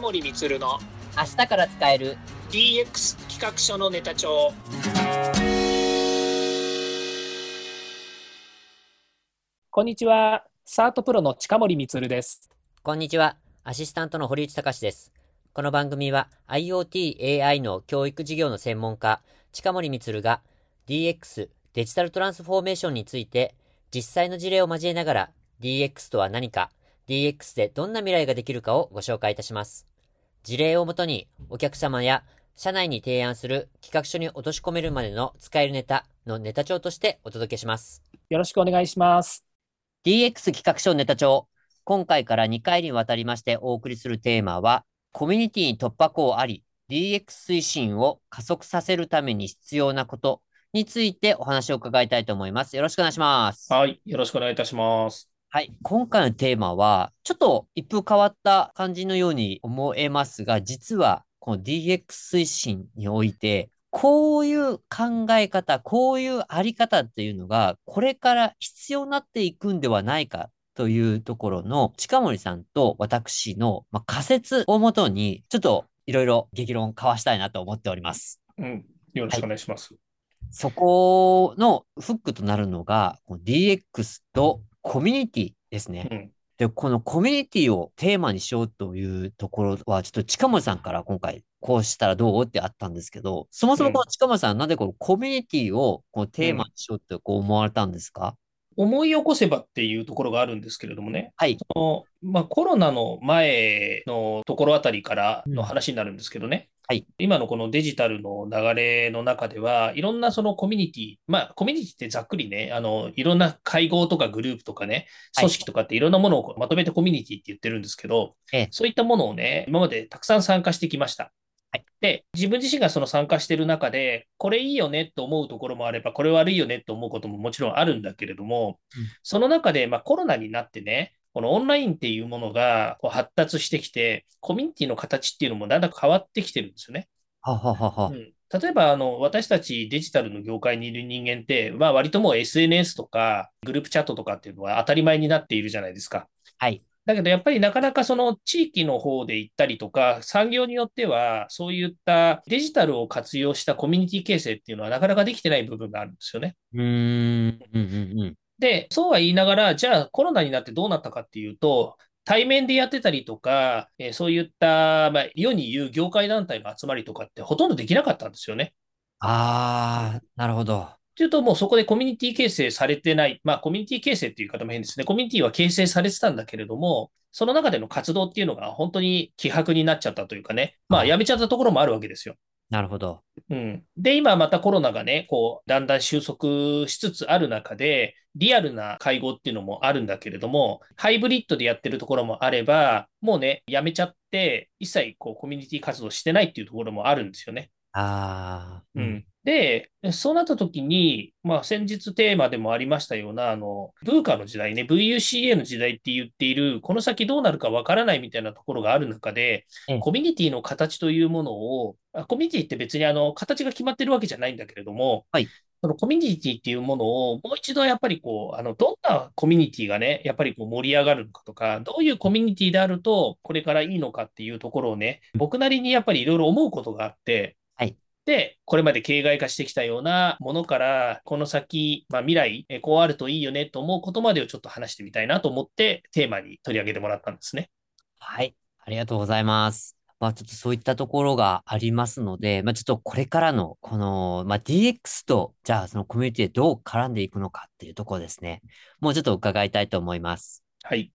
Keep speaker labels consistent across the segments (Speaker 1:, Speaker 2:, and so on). Speaker 1: 森充の
Speaker 2: 明日から使える
Speaker 1: DX 企画書のネタ帳こんにちはサートプロの近森充です
Speaker 2: こんにちはアシスタントの堀内隆ですこの番組は IoTAI の教育事業の専門家近森充が DX デジタルトランスフォーメーションについて実際の事例を交えながら DX とは何か DX でどんな未来ができるかをご紹介いたします事例をもとにお客様や社内に提案する企画書に落とし込めるまでの使えるネタのネタ帳としてお届けします
Speaker 1: よろしくお願いします
Speaker 2: DX 企画書ネタ帳。今回から2回にわたりましてお送りするテーマは、コミュニティに突破口あり、DX 推進を加速させるために必要なことについてお話を伺いたいと思います。よろしくお願いします。
Speaker 1: はいよろしくお願いいたします
Speaker 2: はい。今回のテーマは、ちょっと一風変わった感じのように思えますが、実はこの DX 推進において、こういう考え方、こういうあり方っていうのが、これから必要になっていくんではないかというところの、近森さんと私の、まあ、仮説をもとに、ちょっといろいろ激論交わしたいなと思っております。
Speaker 1: うんよろしくお願いします、
Speaker 2: そこのフックとなるのが、この DX とコミュニティですね。
Speaker 1: うん
Speaker 2: で、このコミュニティをテーマにしようというところは、ちょっと近森さんから今回、こうしたらどうってあったんですけど、そもそもこの近森さん、なんでこのコミュニティをこうテーマにしようってこう思われたんですか、
Speaker 1: 思い起こせばっていうところがあるんですけれどもね、
Speaker 2: はい。
Speaker 1: そのまあ、コロナの前のところあたりからの話になるんですけどね、
Speaker 2: うんはい
Speaker 1: 今のこのデジタルの流れの中では、いろんなそのコミュニティ、まあ、コミュニティってざっくりね、あのいろんな会合とかグループとかね、
Speaker 2: はい
Speaker 1: 組織とかっていろんなものをまとめてコミュニティって言ってるんですけど、
Speaker 2: ええ
Speaker 1: そういったものをね、今までたくさん参加してきました。
Speaker 2: はい
Speaker 1: で自分自身がその参加してる中で、これいいよねと思うところもあれば、これ悪いよねと思うことももちろんあるんだけれども、その中で、まあ、コロナになってね、このオンラインっていうものがこう発達してきて、コミュニティの形っていうのもだんだん変わってきてるんですよね。
Speaker 2: はははは
Speaker 1: う。ん、例えばあの、私たちデジタルの業界にいる人間って、まあ、割ともう SNS とかグループチャットとかっていうのは当たり前になっているじゃないですか。
Speaker 2: はい。
Speaker 1: だけどやっぱりなかなかその地域の方で行ったりとか、産業によっては、そういったデジタルを活用したコミュニティ形成っていうのはなかなかできてない部分があるんですよね。
Speaker 2: うーん。うんうんうん。
Speaker 1: で、そうは言いながら、じゃあコロナになってどうなったかっていうと、対面でやってたりとか、えーそういった、まあ、世に言う業界団体の集まりとかってほとんどできなかったんですよね。
Speaker 2: あー、なるほど。
Speaker 1: というと、もうそこでコミュニティ形成されてない、まあコミュニティ形成っていう言い方も変ですね。コミュニティは形成されてたんだけれども、その中での活動っていうのが本当に希薄になっちゃったというかね、まあやめちゃったところもあるわけですよ。
Speaker 2: なるほど。
Speaker 1: うん、で、今またコロナがね、こう、だんだん収束しつつある中で、リアルな会合っていうのもあるんだけれども、ハイブリッドでやってるところもあれば、もうね、やめちゃって、一切こう、コミュニティ活動してないっていうところもあるんですよね。
Speaker 2: あー。
Speaker 1: う。ん、で、そうなった時に、まあ、先日テーマでもありましたような、あの、ブーカの時代ね、VUCA の時代って言っている、この先どうなるかわからないみたいなところがある中で
Speaker 2: ええ、
Speaker 1: コミュニティの形というものを、あコミュニティって別にあの、形が決まってるわけじゃないんだけれども、
Speaker 2: はい
Speaker 1: そのコミュニティっていうものを、もう一度やっぱりこう、あの、どんなコミュニティがね、やっぱりこう盛り上がるのかとか、どういうコミュニティであると、これからいいのかっていうところをね、僕なりにやっぱりいろいろ思うことがあって、で、これまで形骸化してきたようなものから、この先、まあ、未来、えこうあるといいよねと思うことまでをちょっと話してみたいなと思って、テーマに取り上げてもらったんですね。
Speaker 2: はい、ありがとうございます。まあちょっとそういったところがありますので、まあちょっとこれからのこの、まあ DX と、じゃあそのコミュニティでどう絡んでいくのかっていうところですね。もうちょっと伺いたいと思います。
Speaker 1: はい。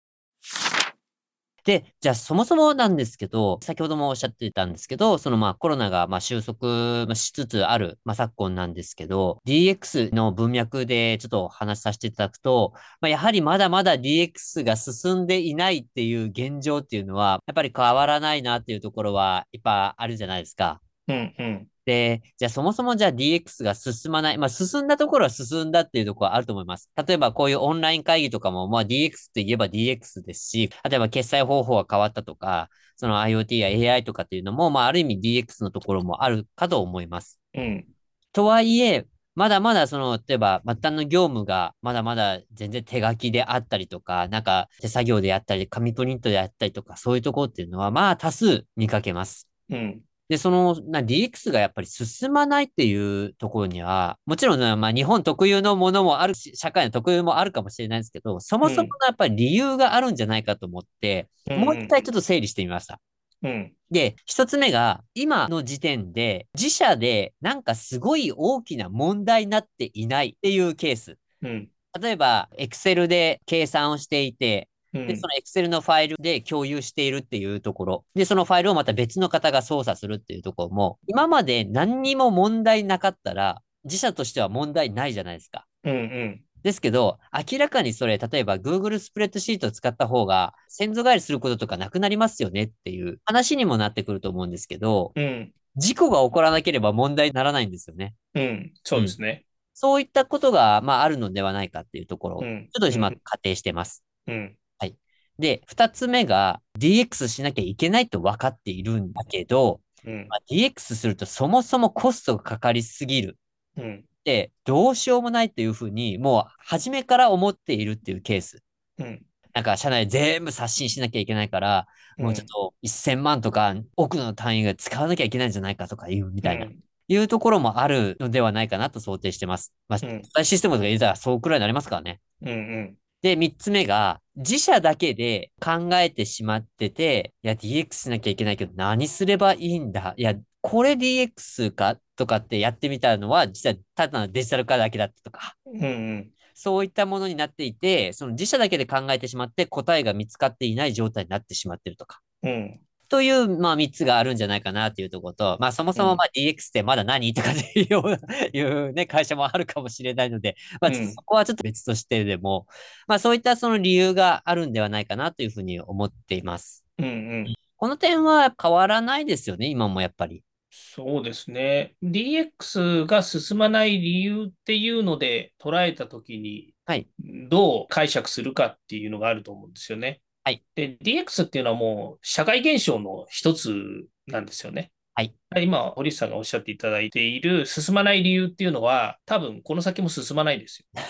Speaker 2: で、じゃあそもそもなんですけど、先ほどもおっしゃっていたんですけど、そのまあコロナがまあ収束まあしつつある、まあ、昨今なんですけど、DX の文脈でちょっとお話しさせていただくと、まあ、やはりまだまだ DX が進んでいないっていう現状っていうのは、やっぱり変わらないなっていうところはいっぱいあるじゃないですか。
Speaker 1: うんうん。
Speaker 2: で、じゃあそもそもじゃあ DX が進まない。まあ進んだところは進んだっていうところはあると思います。例えばこういうオンライン会議とかも、まあ DX って言えば DX ですし、例えば決済方法が変わったとか、その IoT や AI とかっていうのも、まあある意味 DX のところもあるかと思います。
Speaker 1: うん。
Speaker 2: とはいえ、まだまだその、例えば末端の業務がまだまだ全然手書きであったりとか、なんか手作業であったり、紙プリントであったりとか、そういうところっていうのはまあ多数見かけます。
Speaker 1: うん。
Speaker 2: で、その、な、DX がやっぱり進まないっていうところには、もちろんね、まあ、日本特有のものもあるし、社会の特有もあるかもしれないですけど、そもそものやっぱり理由があるんじゃないかと思って、もう一回ちょっと整理してみました。
Speaker 1: うん。
Speaker 2: で、一つ目が、今の時点で、自社でなんかすごい大きな問題になっていないっていうケース。
Speaker 1: うん。
Speaker 2: 例えば、Excel で計算をしていて、
Speaker 1: うん。
Speaker 2: で、その Excel のファイルで共有しているっていうところ。で、そのファイルをまた別の方が操作するっていうところも、今まで何にも問題なかったら、自社としては問題ないじゃないですか。
Speaker 1: うん。うん。
Speaker 2: ですけど、明らかにそれ、例えば Google スプレッドシートを使った方が、先祖返りすることとかなくなりますよねっていう話にもなってくると思うんですけど、
Speaker 1: うん。
Speaker 2: 事故が起こらなければ問題にならないんですよね。
Speaker 1: うん。そうですね。
Speaker 2: そういったことが、まあ、あるのではないかっていうところを、
Speaker 1: う
Speaker 2: ちょ
Speaker 1: ん。
Speaker 2: っと今仮定してます。
Speaker 1: うん。
Speaker 2: で、二つ目が DX しなきゃいけないと分かっているんだけど、
Speaker 1: うん。
Speaker 2: まあ DX するとそもそもコストがかかりすぎる
Speaker 1: うん。
Speaker 2: ってどうしようもないというふうにもう初めから思っているっていうケース。
Speaker 1: うん。
Speaker 2: なんか社内全部刷新しなきゃいけないから、もうちょっと1000万とか億の単位が使わなきゃいけないんじゃないかとかいうみたいな、
Speaker 1: うん
Speaker 2: いうところもあるのではないかなと想定してます。まあ、
Speaker 1: うん。
Speaker 2: システムとか入れたらそうくらいになりますからね。
Speaker 1: うん。うん。
Speaker 2: で、三つ目が、自社だけで考えてしまってて、いや、DX しなきゃいけないけど、何すればいいんだいや、これ DX かとかってやってみたのは、実はただのデジタル化だけだったとか、
Speaker 1: うん。うん。
Speaker 2: そういったものになっていて、その自社だけで考えてしまって、答えが見つかっていない状態になってしまってるとか。
Speaker 1: うん。
Speaker 2: という、まあ、三つがあるんじゃないかなっていうところと、まあ、そもそも、まあ、DX ってまだ何とかっていうような、 いうね、会社もあるかもしれないので、まあ、ちょっ
Speaker 1: うん
Speaker 2: とそこはちょっと別としてでも、まあ、そういったその理由があるんではないかなというふうに思っています。
Speaker 1: うん。うん。
Speaker 2: この点は変わらないですよね、今もやっぱり。
Speaker 1: そうですね。DX が進まない理由っていうので捉えたときに
Speaker 2: はい、
Speaker 1: どう解釈するかっていうのがあると思うんですよね。
Speaker 2: はい
Speaker 1: で、DX っていうのはもう社会現象の一つなんですよね。
Speaker 2: はい
Speaker 1: 今、堀内さんがおっしゃっていただいている進まない理由っていうのは、多分この先も進まないですよ。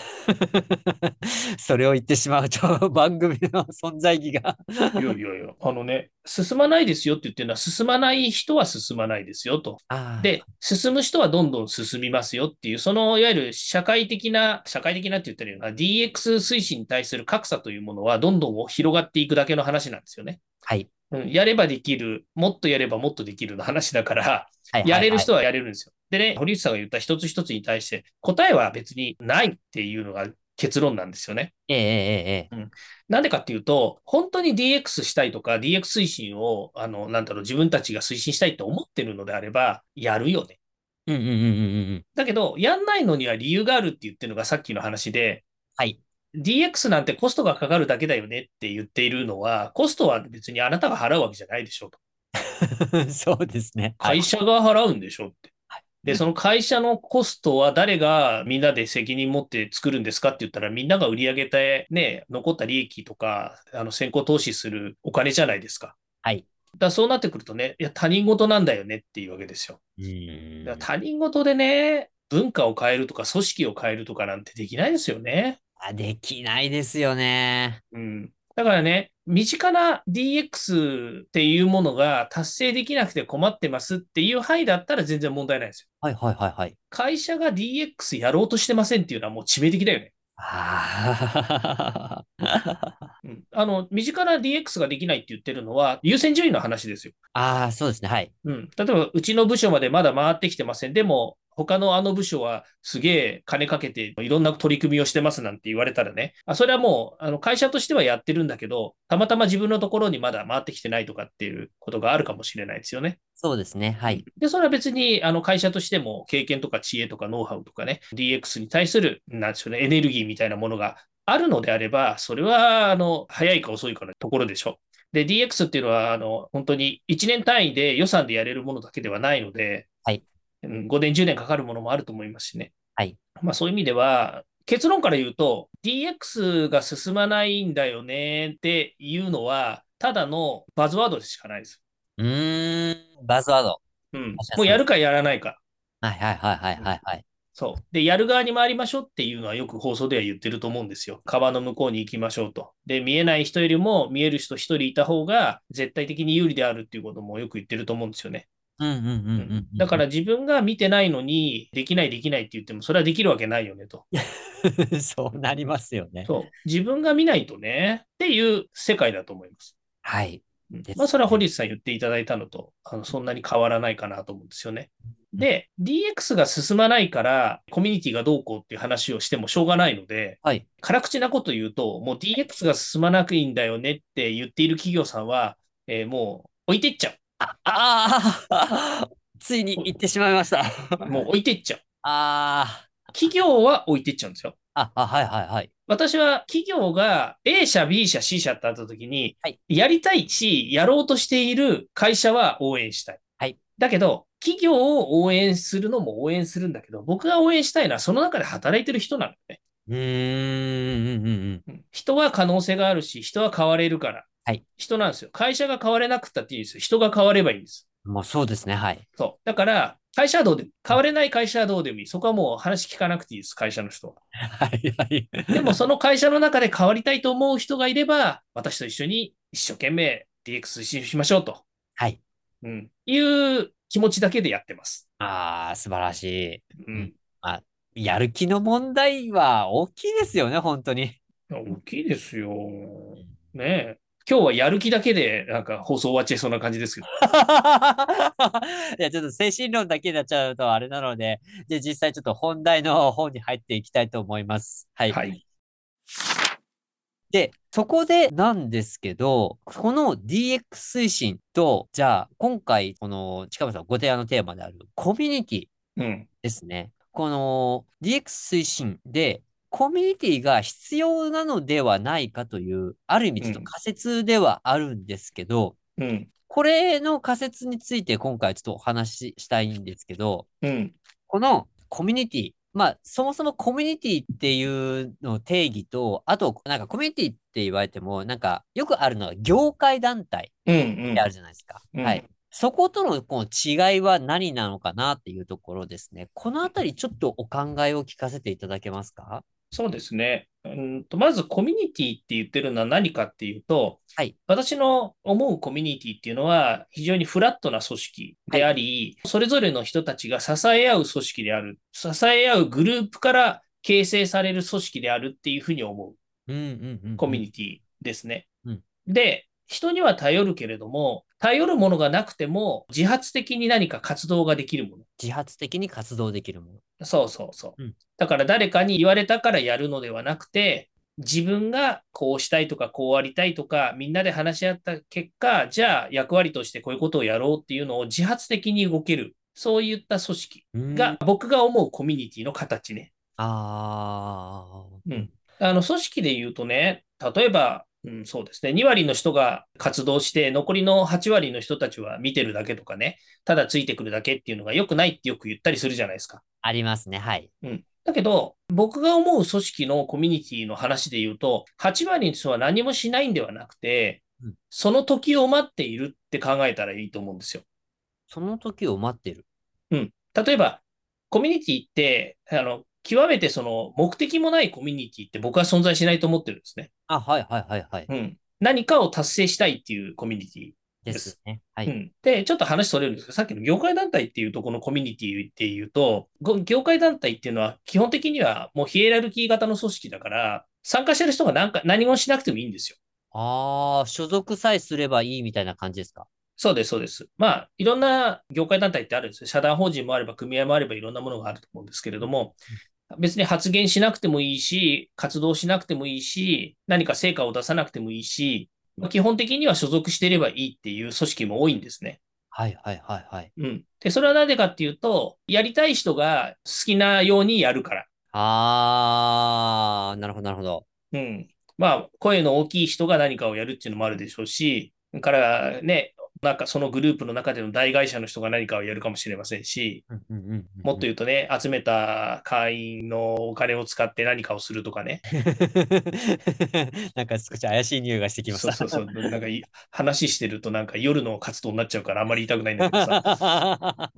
Speaker 2: それを言ってしまうと、番組の存在意義 が。
Speaker 1: いやいやいや、あのね、進まないですよって言ってるのは、進まない人は進まないですよと。
Speaker 2: あー、
Speaker 1: で、進む人はどんどん進みますよっていう、そのいわゆる社会的な、社会的なって言ったらいいのかな、DX 推進に対する格差というものは、どんどん広がっていくだけの話なんですよね。
Speaker 2: はい。
Speaker 1: うん、やればできる、もっとやればもっとできるの話だから、
Speaker 2: はいはい
Speaker 1: やれる
Speaker 2: はい
Speaker 1: 人はやれるんですよ。でね、堀内さんが言った一つ一つに対して、答えは別にないっていうのが結論なんですよね。
Speaker 2: ええええええ
Speaker 1: なんでかっていうと、本当に DX したいとか、DX 推進を、あの、なんだろう、自分たちが推進したいって思ってるのであれば、やるよね。
Speaker 2: うんうんうんうんうんうん。
Speaker 1: だけど、やんないのには理由があるって言ってるのがさっきの話で、
Speaker 2: はい。
Speaker 1: DX なんてコストがかかるだけだよねって言っているのは、コストは別にあなたが払うわけじゃないでしょうと。
Speaker 2: そうですね。はい
Speaker 1: 会社が払うんでしょって。で、その会社のコストは誰がみんなで責任持って作るんですかって言ったら、みんなが売り上げて、ね、残った利益とか、あの先行投資するお金じゃないですか。
Speaker 2: はい。
Speaker 1: だからそうなってくるとね、いや、他人事なんだよねっていうわけですよ。
Speaker 2: うーん
Speaker 1: だから他人事でね、文化を変えるとか、組織を変えるとかなんてできないですよね。
Speaker 2: あ、できないですよね。
Speaker 1: うん。だからね、身近な DX っていうものが達成できなくて困ってますっていう範囲だったら全然問題ないですよ。
Speaker 2: はいはいはいはい。
Speaker 1: 会社が DX やろうとしてませんっていうのはもう致命的だよね。
Speaker 2: あー
Speaker 1: うん、あの、身近な DX ができないって言ってるのは優先順位の話ですよ。
Speaker 2: あー、そうですね。はい。
Speaker 1: うん、例えば、うちの部署までまだ回ってきてません。でも、他のあの部署はすげえ金かけていろんな取り組みをしてますなんて言われたらね、あそれはもうあの会社としてはやってるんだけど、たまたま自分のところにまだ回ってきてないとかっていうことがあるかもしれないですよね。
Speaker 2: そうですね。はい。
Speaker 1: で、それは別に、あの、会社としても、経験とか知恵とかノウハウとかね、DX に対する、なんでしょうね、エネルギーみたいなものがあるのであれば、それは、あの、早いか遅いかのところでしょう。で、DX っていうのは、あの、本当に1年単位で予算でやれるものだけではないので、
Speaker 2: はい
Speaker 1: うん、5年、10年かかるものもあると思いますしね。
Speaker 2: はい。
Speaker 1: まあ、そういう意味では、結論から言うと、DX が進まないんだよねっていうのは、ただのバズワードでしかないです。
Speaker 2: うーん、バズワード。
Speaker 1: うん
Speaker 2: 確か。に
Speaker 1: もうやるかやらないか。
Speaker 2: はいはいはいはいはいはい。
Speaker 1: そう。で、やる側に回りましょうっていうのはよく放送では言ってると思うんですよ。川の向こうに行きましょうと。で、見えない人よりも見える人一人いた方が絶対的に有利であるっていうこともよく言ってると思うんですよね。
Speaker 2: うんうんうんうんうん。
Speaker 1: だから、自分が見てないのに、できないできないって言っても、それはできるわけないよねと。
Speaker 2: そうなりますよね。
Speaker 1: そう。自分が見ないとね、っていう世界だと思います。
Speaker 2: はい。
Speaker 1: うん
Speaker 2: です
Speaker 1: まあ、それは堀内さん言っていただいたのと、あのそんなに変わらないかなと思うんですよね。で、DX が進まないから、コミュニティがどうこうっていう話をしてもしょうがないので、
Speaker 2: はい
Speaker 1: 辛口なこと言うと、もう DX が進まなくいいんだよねって言っている企業さんは、えーもう置いてっちゃ
Speaker 2: ああー ついに行ってしまいました。
Speaker 1: う。もう置いてっちゃう。
Speaker 2: あ
Speaker 1: 企業は置いてっちゃうんですよ。
Speaker 2: あ。あ、あ、はいはいはい。
Speaker 1: 私は企業が A 社、B 社、C 社ってあった時に、
Speaker 2: はい
Speaker 1: やりたいし、やろうとしている会社は応援したい。
Speaker 2: はい
Speaker 1: だけど、企業を応援するのも応援するんだけど、僕が応援したいのはその中で働いてる人なのよね。
Speaker 2: うーん、うん、うんうん。
Speaker 1: うん人は可能性があるし、人は変われるから。
Speaker 2: はい
Speaker 1: 人なんですよ。会社が変われなくったっていいんですよ。人が変わればいいんです。
Speaker 2: もうそうですね、はい。
Speaker 1: そう。だから、会社はどうでも、変われない会社はどうでもいい。そこはもう話聞かなくていいです、会社の人は。
Speaker 2: はいはい。
Speaker 1: でもその会社の中で変わりたいと思う人がいれば、私と一緒に一生懸命 DX 推進しましょうと。
Speaker 2: はい。
Speaker 1: うん。いう気持ちだけでやってます。
Speaker 2: ああ、素晴らし
Speaker 1: うん。
Speaker 2: い。やる気の問題は大きいですよね、本当に。
Speaker 1: 大きいですよ。ねえ。今日はやる気だけで、なんか放送終わっちゃいそうな感じですけど。
Speaker 2: いや、ちょっと精神論だけになっちゃうとあれなので、じゃあ実際ちょっと本題の方に入っていきたいと思います。はい。
Speaker 1: はい。
Speaker 2: で、そこでなんですけど、この DX 推進と、じゃあ今回、この近本さんご提案のテーマであるコミュニティ
Speaker 1: うん。
Speaker 2: ですね。この DX 推進で、コミュニティが必要なのではないかという、ある意味ちょっと
Speaker 1: うん
Speaker 2: 仮説ではあるんですけど、
Speaker 1: うん。
Speaker 2: これの仮説について今回ちょっとお話ししたいんですけど、
Speaker 1: うん。
Speaker 2: このコミュニティ、まあ、そもそもコミュニティっていうのを定義と、あと、なんかコミュニティって言われても、なんかよくあるのは業界団体
Speaker 1: うん。
Speaker 2: っ
Speaker 1: うん
Speaker 2: てあるじゃないですか。
Speaker 1: うん
Speaker 2: はい。そことのこの違いは何なのかなっていうところですね。このあたりちょっとお考えを聞かせていただけますか
Speaker 1: そうですね。うんと、まずコミュニティって言ってるのは何かっていうと、
Speaker 2: はい
Speaker 1: 私の思うコミュニティっていうのは非常にフラットな組織であり、それぞれの人たちが支え合う組織である、支え合うグループから形成される組織であるっていうふうに思
Speaker 2: うんうんうん。
Speaker 1: うコミュ
Speaker 2: テ
Speaker 1: ニティですね。
Speaker 2: うん
Speaker 1: で、人には頼るけれども、頼るものがなくても自発的に何か活動ができるもの。
Speaker 2: ィ。自発的に活動できるもの。
Speaker 1: そうそうそう。
Speaker 2: うん
Speaker 1: だから誰かに言われたからやるのではなくて、自分がこうしたいとか、こうありたいとか、みんなで話し合った結果、じゃあ役割としてこういうことをやろうっていうのを自発的に動ける、そういった組織
Speaker 2: うん
Speaker 1: が僕が思うコミュニティの形ね。
Speaker 2: ああ。
Speaker 1: うん、あの組織で言うとね、例えば、うん、そうですね、2割の人が活動して、残りの8割の人たちは見てるだけとかね、ただついてくるだけっていうのが良くないってよく言ったりするじゃないですか。
Speaker 2: ありますね。はい。
Speaker 1: うん。だけど、僕が思う組織のコミュニティの話で言うと、8割の人は何もしないんではなくて
Speaker 2: うん、
Speaker 1: その時を待っているって考えたらいいと思うんですよ。
Speaker 2: その時を待ってる。
Speaker 1: 例えば、コミュニティって、あの、極めてその目的もないコミュニティって僕は存在しないと思ってるんですね。
Speaker 2: あ、はいはいはいはい。
Speaker 1: うん。何かを達成したいっていうコミュニティ
Speaker 2: ですね。は
Speaker 1: う
Speaker 2: い。
Speaker 1: ん、で、ちょっと話それるんですけど、さっきの業界団体っていうとこのコミュニティっていうと、ご業界団体っていうのは基本的にはもうヒエラルキー型の組織だから、参加してる人が何か何もしなくてもいいんですよ。
Speaker 2: ああ、所属さえすればいいみたいな感じですか。
Speaker 1: そうです、そうです。まあ、いろんな業界団体ってあるんですよ。社団法人もあれば、組合もあれば、いろんなものがあると思うんですけれども、別に発言しなくてもいいし、活動しなくてもいいし、何か成果を出さなくてもいいし、まあ基本的には所属していればいいっていう組織も多いんですね。
Speaker 2: はいはいはいはい。
Speaker 1: うん。で、それはなぜかっていうと、やりたい人が好きなようにやるから。
Speaker 2: ああ、なるほどなるほど。
Speaker 1: うん。まあ、声の大きい人が何かをやるっていうのもあるでしょうし、それからね、なんかそのグループの中での大会社の人が何かをやるかもしれませんし、
Speaker 2: うんうんうんうんうん
Speaker 1: もっと言うとね、集めた会員のお金を使って何かをするとかね。
Speaker 2: なんか少し怪しい匂いがしてきまし
Speaker 1: そう
Speaker 2: た。
Speaker 1: そうそう。なんかい話してるとなんか夜の活動になっちゃう からあんまり言いたくないんだけどさ。
Speaker 2: は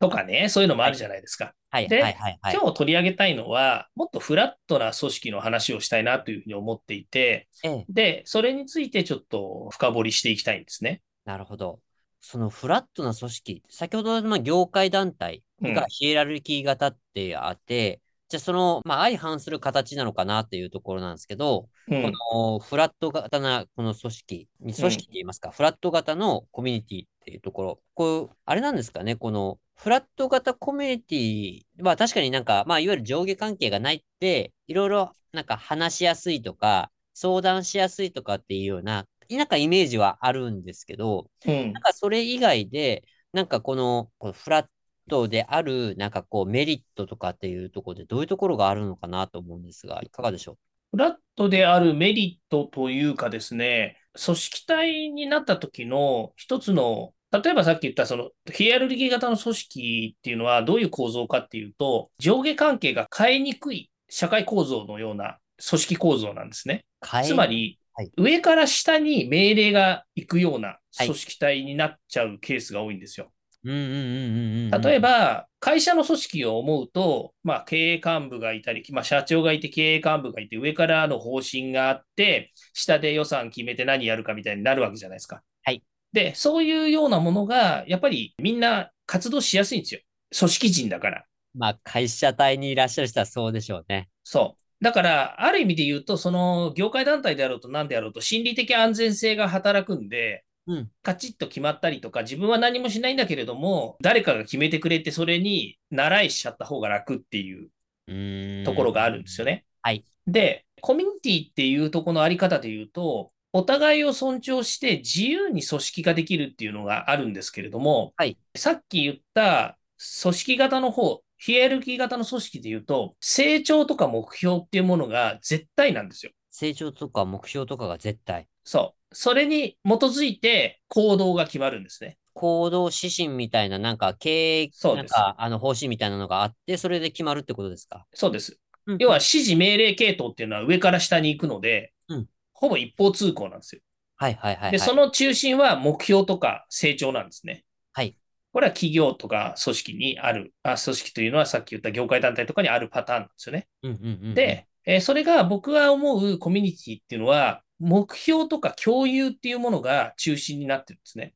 Speaker 1: とかね、そういうのもあるじゃないですか。
Speaker 2: はい
Speaker 1: で
Speaker 2: はいはいはい。
Speaker 1: 今日取り上げたいのは、もっとフラットな組織の話をしたいなというふうに思っていて、
Speaker 2: ええ、
Speaker 1: で、それについてちょっと深掘りしていきたいんですね。
Speaker 2: なるほど。そのフラットな組織、先ほどのまあ業界団体
Speaker 1: うん
Speaker 2: がヒエラルキー型ってあって、じゃあその、まあ、相反する形なのかなっていうところなんですけど、
Speaker 1: う
Speaker 2: こ
Speaker 1: ん。
Speaker 2: のフラット型なこの組織、組織って言いますか、フラット型のコミュニティっていうところ、こう、あれなんですかね、このフラット型コミュニティは確かになんか、まあ、いわゆる上下関係がないって、いろいろなんか話しやすいとか、相談しやすいとかっていうような、なんかイメージはあるんですけど、
Speaker 1: うん
Speaker 2: なん。かそれ以外で、なんかこの、このフラットである、なんかこうメリットとかっていうところで、どういうところがあるのかなと思うんですが、いかがでしょう
Speaker 1: フラットであるメリットというかですね、組織体になった時の一つの、例えばさっき言ったそのヒエラルキー型の組織っていうのはどういう構造かっていうと、上下関係が変えにくい社会構造のような組織構造なんですね。
Speaker 2: 変え
Speaker 1: つまり、
Speaker 2: はい
Speaker 1: 上から下に命令が行くような組織体になっちゃうケースが多いんですよ。
Speaker 2: うんうんうんうんうんうん。
Speaker 1: 例え、ば、会社の組織を思うと、まあ、経営幹部がいたり、まあ、社長がいて、経営幹部がいて、上からの方針があって、下で予算決めて何やるかみたいになるわけじゃないですか。
Speaker 2: はい
Speaker 1: で、そういうようなものが、やっぱりみんな活動しやすいんですよ。組織人だから。
Speaker 2: まあ、会社体にいらっしゃる人はそうでしょうね。
Speaker 1: そう。だから、ある意味で言うと、その業界団体であろうと何であろうと、心理的安全性が働くんで、
Speaker 2: うん
Speaker 1: カチッと決まったりとか、自分は何もしないんだけれども、誰かが決めてくれて、それに習いしちゃった方が楽っていう
Speaker 2: うーん。
Speaker 1: ところがあるんですよ
Speaker 2: ね。
Speaker 1: ね。
Speaker 2: はい
Speaker 1: で、コミュニティっていうとこのあり方で言うと、お互いを尊重して自由に組織化できるっていうのがあるんですけれども、
Speaker 2: はい
Speaker 1: さっき言った組織型の方、ヒエラルキー型の組織で言うと、成長とか目標っていうものが絶対なんですよ。
Speaker 2: 成長とか目標とかが絶対。
Speaker 1: そう。それに基づいて行動が決まるんですね。
Speaker 2: 行動指針みたいな、なんか経営、
Speaker 1: そう
Speaker 2: なん
Speaker 1: です
Speaker 2: かあの方針みたいなのがあって、それで決まるってことですか。
Speaker 1: そうです。
Speaker 2: うん
Speaker 1: 要は、指示命令系統っていうのは上から下に行くので、
Speaker 2: うん
Speaker 1: ほぼ一方通行なんですよ。
Speaker 2: はいはいはい、はい。
Speaker 1: で、その中心は目標とか成長なんですね。
Speaker 2: はい。
Speaker 1: これは企業とか組織にある、あ組織というのはさっき言った業界団体とかにあるパターンなんですよね。
Speaker 2: うんうんうんうん、
Speaker 1: で、えーそれが僕が思うコミュニティっていうのは、目標とか共有っていうものが中心になってるんですね。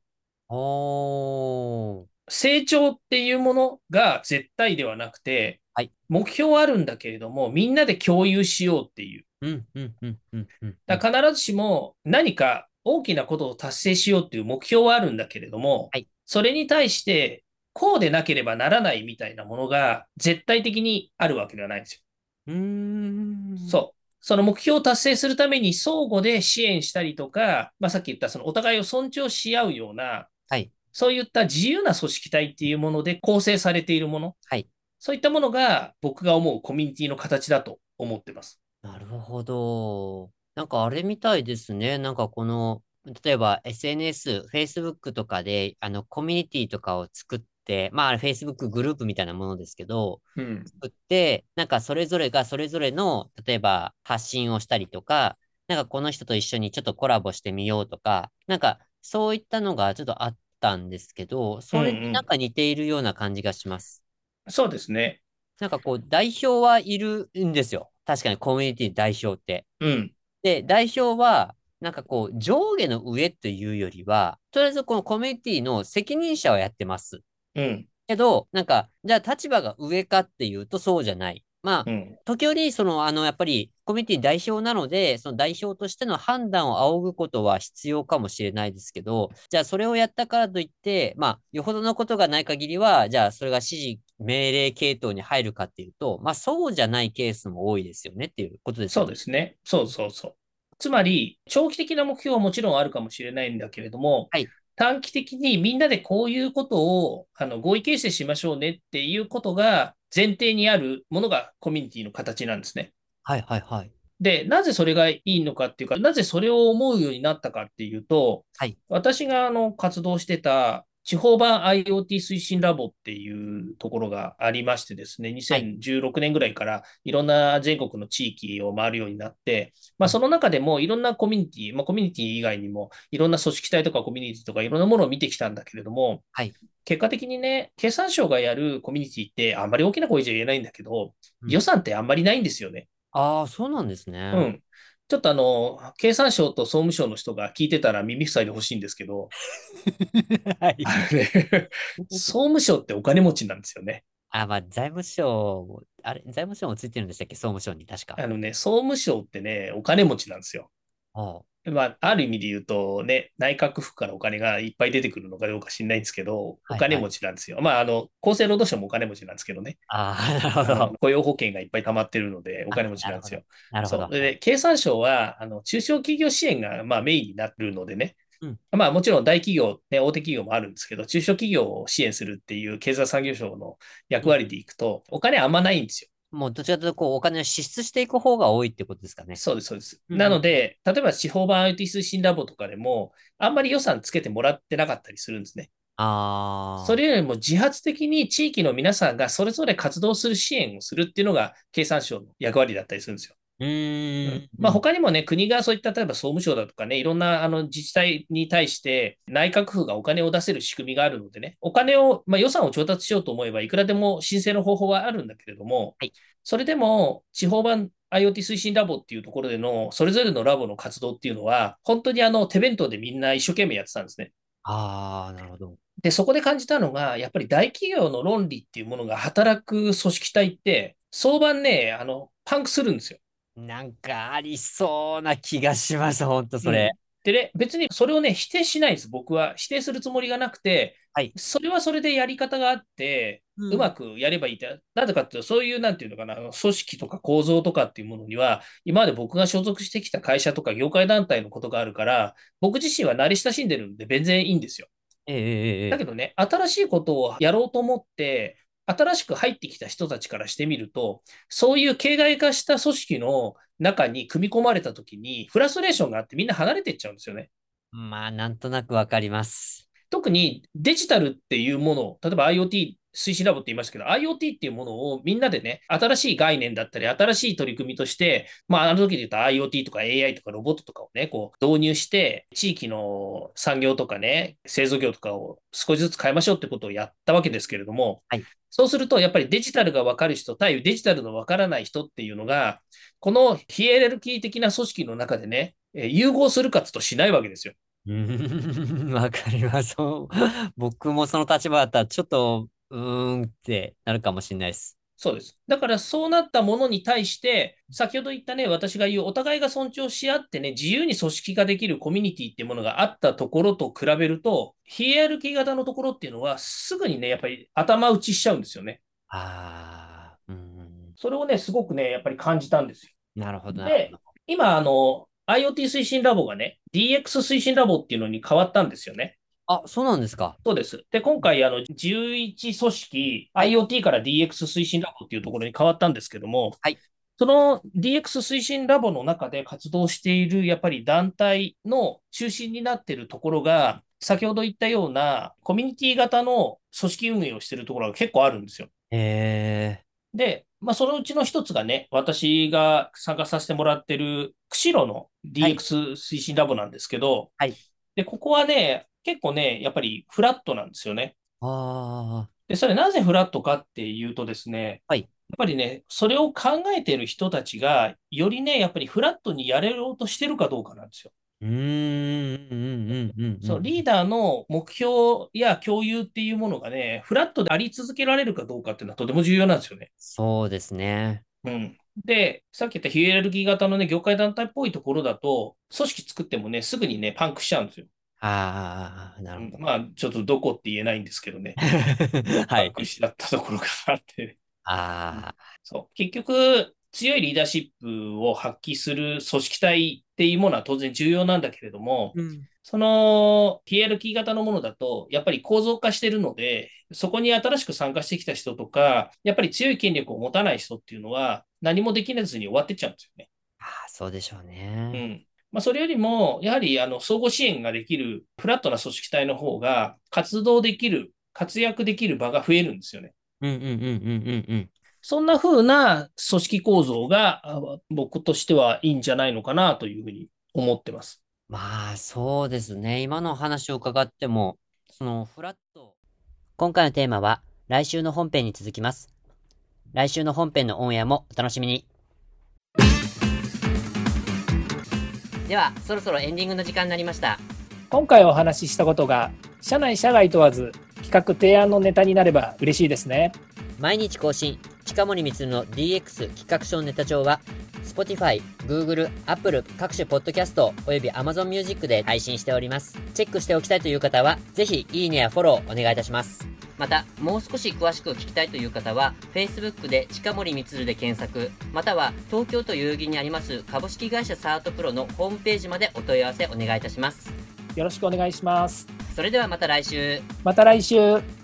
Speaker 2: おー。
Speaker 1: 成長っていうものが絶対ではなくて、
Speaker 2: はい
Speaker 1: 目標はあるんだけれども、みんなで共有しようっていう。
Speaker 2: うんうんうんうんうん。
Speaker 1: だから必ずしも何か大きなことを達成しようっていう目標はあるんだけれども、
Speaker 2: はい
Speaker 1: それに対してこうでなければならないみたいなものが絶対的にあるわけではないんですよ。
Speaker 2: うーん。
Speaker 1: そう。その目標を達成するために相互で支援したりとか、まあ、さっき言ったそのお互いを尊重し合うような、
Speaker 2: はい
Speaker 1: そういった自由な組織体っていうもので構成されているもの、
Speaker 2: はい
Speaker 1: そういったものが僕が思うコミュニティの形だと思ってます。
Speaker 2: なるほど。なんかあれみたいですね。なんかこの、例えば SNS、Facebook とかで、あの、コミュニティとかを作って、まあ、あれ Facebook グループみたいなものですけど、
Speaker 1: うん、
Speaker 2: 作って、なんかそれぞれがそれぞれの、例えば発信をしたりとか、なんかこの人と一緒にちょっとコラボしてみようとか、なんかそういったのがちょっとあったんですけど、それ
Speaker 1: うんう
Speaker 2: に
Speaker 1: ん
Speaker 2: なんか似ているような感じがします。
Speaker 1: そうですね。
Speaker 2: なんかこう、代表はいるんですよ。確かにコミュニティ代表って。
Speaker 1: うん、
Speaker 2: で、代表は、なんかこう、上下の上というよりは、とりあえずこのコミュニティの責任者はやってます。
Speaker 1: うん、
Speaker 2: けど、なんか、じゃあ立場が上かっていうとそうじゃない。ま
Speaker 1: う
Speaker 2: あ、
Speaker 1: ん、
Speaker 2: 時折、その、あの、やっぱり、コミュニティ代表なので、その代表としての判断を仰ぐことは必要かもしれないですけど、じゃあそれをやったからといって、まあ、よほどのことがない限りは、じゃあそれが指示、命令系統に入るかっていうと、まあ、そうじゃないケースも多いですよねっていうことです
Speaker 1: そ
Speaker 2: よ
Speaker 1: う
Speaker 2: ね。
Speaker 1: ですね。そうそうそう。つまり、長期的な目標はもちろんあるかもしれないんだけれども、
Speaker 2: はい
Speaker 1: 短期的にみんなでこういうことをあの合意形成しましょうねっていうことが前提にあるものがコミュニティの形なんですね。
Speaker 2: はいはいはい。
Speaker 1: で、なぜそれがいいのかっていうか、なぜそれを思うようになったかっていうと、
Speaker 2: はい
Speaker 1: 私があの活動してた地方版 IoT 推進ラボっていうところがありましてですね、2016年ぐらいからいろんな全国の地域を回るようになって、まあ、その中でもいろんなコミュニティ、まあ、コミュニティ以外にもいろんな組織体とかコミュニティとかいろんなものを見てきたんだけれども、
Speaker 2: はい
Speaker 1: 結果的にね、経産省がやるコミュニティってあんまり大きな声じゃ言えないんだけど、
Speaker 2: うん
Speaker 1: 予算ってあんまりないんですよね。
Speaker 2: ああ、そうなんですね。
Speaker 1: うん。ちょっとあの、経産省と総務省の人が聞いてたら耳塞いでほしいんですけ ど、
Speaker 2: はい。
Speaker 1: あのね 総務省ってお金持ちなんですよね。
Speaker 2: あ、まあ、財務省も、あれ、財務省もついてるんでしたっけ総務省に、確か。
Speaker 1: あのね、総務省ってね、お金持ちなんですよ。
Speaker 2: おう
Speaker 1: まあ、ある意味で言うとね、内閣府からお金がいっぱい出てくるのかどうか知んないんですけど、お
Speaker 2: はい
Speaker 1: 金持ちなんですよ。まあ、あの、厚生労働省もお金持ちなんですけどね、
Speaker 2: ああ、なるほ
Speaker 1: あの
Speaker 2: ど。
Speaker 1: 雇用保険がいっぱい溜まってるので、お金持ちなんですよ。
Speaker 2: なるほ
Speaker 1: そ
Speaker 2: ど
Speaker 1: う。。で、経産省は、あの、中小企業支援が、まあ、メインになるのでね。
Speaker 2: うん
Speaker 1: まあ、もちろん大企業、ね、大手企業もあるんですけど、中小企業を支援するっていう経済産業省の役割でいくと、お金あんまないんですよ。
Speaker 2: もう、どちらかというと、こう、お金を支出していく方が多いってことですかね。
Speaker 1: そうです、そうです。
Speaker 2: うん
Speaker 1: なので、例えば地方版 IoT 推進ラボとかでも、あんまり予算つけてもらってなかったりするんですね。
Speaker 2: ああ。
Speaker 1: それよりも自発的に地域の皆さんがそれぞれ活動する支援をするっていうのが経産省の役割だったりするんですよ。
Speaker 2: うーん。
Speaker 1: まあ、他にもね、国がそういった、例えば総務省だとかね、いろんなあの自治体に対して、内閣府がお金を出せる仕組みがあるのでね、お金を、まあ、予算を調達しようと思えば、いくらでも申請の方法はあるんだけれども、
Speaker 2: はい
Speaker 1: それでも、地方版 IoT 推進ラボっていうところでの、それぞれのラボの活動っていうのは、本当にあの手弁当でみんな一生懸命やってたんですね。
Speaker 2: ああ、なるほど。
Speaker 1: で、そこで感じたのが、やっぱり大企業の論理っていうものが働く組織体って、早晩ね、あの、パンクするんですよ。
Speaker 2: なんかありそうな気がします、ほんとそれ。
Speaker 1: でね、別にそれをね、否定しないです、僕は。否定するつもりがなくて、
Speaker 2: はい
Speaker 1: それはそれでやり方があって、
Speaker 2: う
Speaker 1: うまくやればいいって、なぜかっていうと、そういう、なんていうのかな、あの組織とか構造とかっていうものには、今まで僕が所属してきた会社とか業界団体のことがあるから、僕自身は慣れ親しんでるんで、全然いいんですよ。
Speaker 2: えええええ
Speaker 1: だけどね、新しいことをやろうと思って、新しく入ってきた人たちからしてみると、そういう形骸化した組織の中に組み込まれたときに、フラストレーションがあってみんな離れていっちゃうんですよね。
Speaker 2: えまあ、なんとなくわかります。
Speaker 1: 特にデジタルっていうものを、例えば IoT 推進ラボって言いましたけど、IoT っていうものをみんなでね、新しい概念だったり、新しい取り組みとして、まあ、あの時で言った IoT とか AI とかロボットとかをね、こう導入して、地域の産業とかね、製造業とかを少しずつ変えましょうってことをやったわけですけれども、
Speaker 2: はい
Speaker 1: そうすると、やっぱりデジタルが分かる人対デジタルの分からない人っていうのが、このヒエラルキー的な組織の中でね、えー融合するかつとしないわけですよ。
Speaker 2: うーん、わかります。そう 僕もその立場だったら、ちょっと、うーんってなるかもしれないです。
Speaker 1: そうです。だからそうなったものに対して、先ほど言ったね、私が言う、お互いが尊重し合ってね、自由に組織化できるコミュニティっていうものがあったところと比べると、ヒエラルキー型のところっていうのは、すぐにね、やっぱり頭打ちしちゃうんですよね。
Speaker 2: ああ、うん、
Speaker 1: それをね、すごくね、やっぱり感じたんですよ。
Speaker 2: なるほど、なる
Speaker 1: で
Speaker 2: ほど。
Speaker 1: 今、あの、IoT 推進ラボがね、DX 推進ラボっていうのに変わったんですよね。
Speaker 2: あ、そうなんですか。
Speaker 1: そうです。で、今回、あの、11組織、IoT から DX 推進ラボっていうところに変わったんですけども、
Speaker 2: はい
Speaker 1: その DX 推進ラボの中で活動している、やっぱり団体の中心になっているところが、先ほど言ったような、コミュニティ型の組織運営をしているところが結構あるんですよ。
Speaker 2: ええ
Speaker 1: で、まあ、そのうちの一つがね、私が参加させてもらってる、釧路の DX 推進ラボなんですけど、
Speaker 2: はい
Speaker 1: で、ここはね、結構ね、やっぱりフラットなんですよね。
Speaker 2: ああ、
Speaker 1: で、それなぜフラットかっていうとですね、
Speaker 2: はい
Speaker 1: やっぱりね、それを考えている人たちが、よりね、やっぱりフラットにやれようとしてるかどうかなんですよ。
Speaker 2: うーん、うん、うん、うん、うん。
Speaker 1: そう、リーダーの目標や共有っていうものがね、フラットであり続けられるかどうかっていうのはとても重要なんですよね。
Speaker 2: そうですね。
Speaker 1: うん。で、さっき言ったヒエラルキー型のね、業界団体っぽいところだと、組織作ってもね、すぐにね、パンクしちゃうんですよ。
Speaker 2: ああ、な
Speaker 1: う
Speaker 2: るほ
Speaker 1: ん
Speaker 2: ど。
Speaker 1: まあ、ちょっとどこって言えないんですけどね、
Speaker 2: は
Speaker 1: パ
Speaker 2: い
Speaker 1: ン。クしちゃったところがあってね。
Speaker 2: あ
Speaker 1: そう。結局、強いリーダーシップを発揮する組織体っていうものは当然重要なんだけれども、
Speaker 2: ー
Speaker 1: その PLK 型のものだと、やっぱり構造化してるので、そこに新しく参加してきた人とか、やっぱり強い権力を持たない人っていうのは、何もできずに終わってっちゃうんですよね。
Speaker 2: あー、そうでしょう
Speaker 1: う
Speaker 2: ね。
Speaker 1: ん。まあ、それよりも、やはりあの相互支援ができるフラットな組織体の方が、活動できる、活躍できる場が増えるんですよね。
Speaker 2: うんうんうんうんうんうん。
Speaker 1: そんな風な組織構造があ僕としてはいいんじゃないのかなというふうに思ってます。
Speaker 2: まあ、そうですね。今の話を伺っても、その、フラット。今回のテーマは、来週の本編に続きます。来週の本編のオンエアもお楽しみに。では、そろそろエンディングの時間になりました。
Speaker 3: 今回お話ししたことが社内社外問わず企画提案のネタになれば嬉しいですね
Speaker 2: 毎日更新、近森光の DX 企画書ネタ帳は、Spotify、Google、Apple 各種ポッドキャストおよび Amazon Music で配信しております。チェックしておきたいという方は、ぜひいいねやフォローお願いいたします。また、もう少し詳しく聞きたいという方は、Facebook で近森光で検索、または東京都遊戯にあります株式会社サートプロのホームページまでお問い合わせお願いいたします。
Speaker 3: よろしくお願いします
Speaker 2: それではまた来週。
Speaker 3: また来週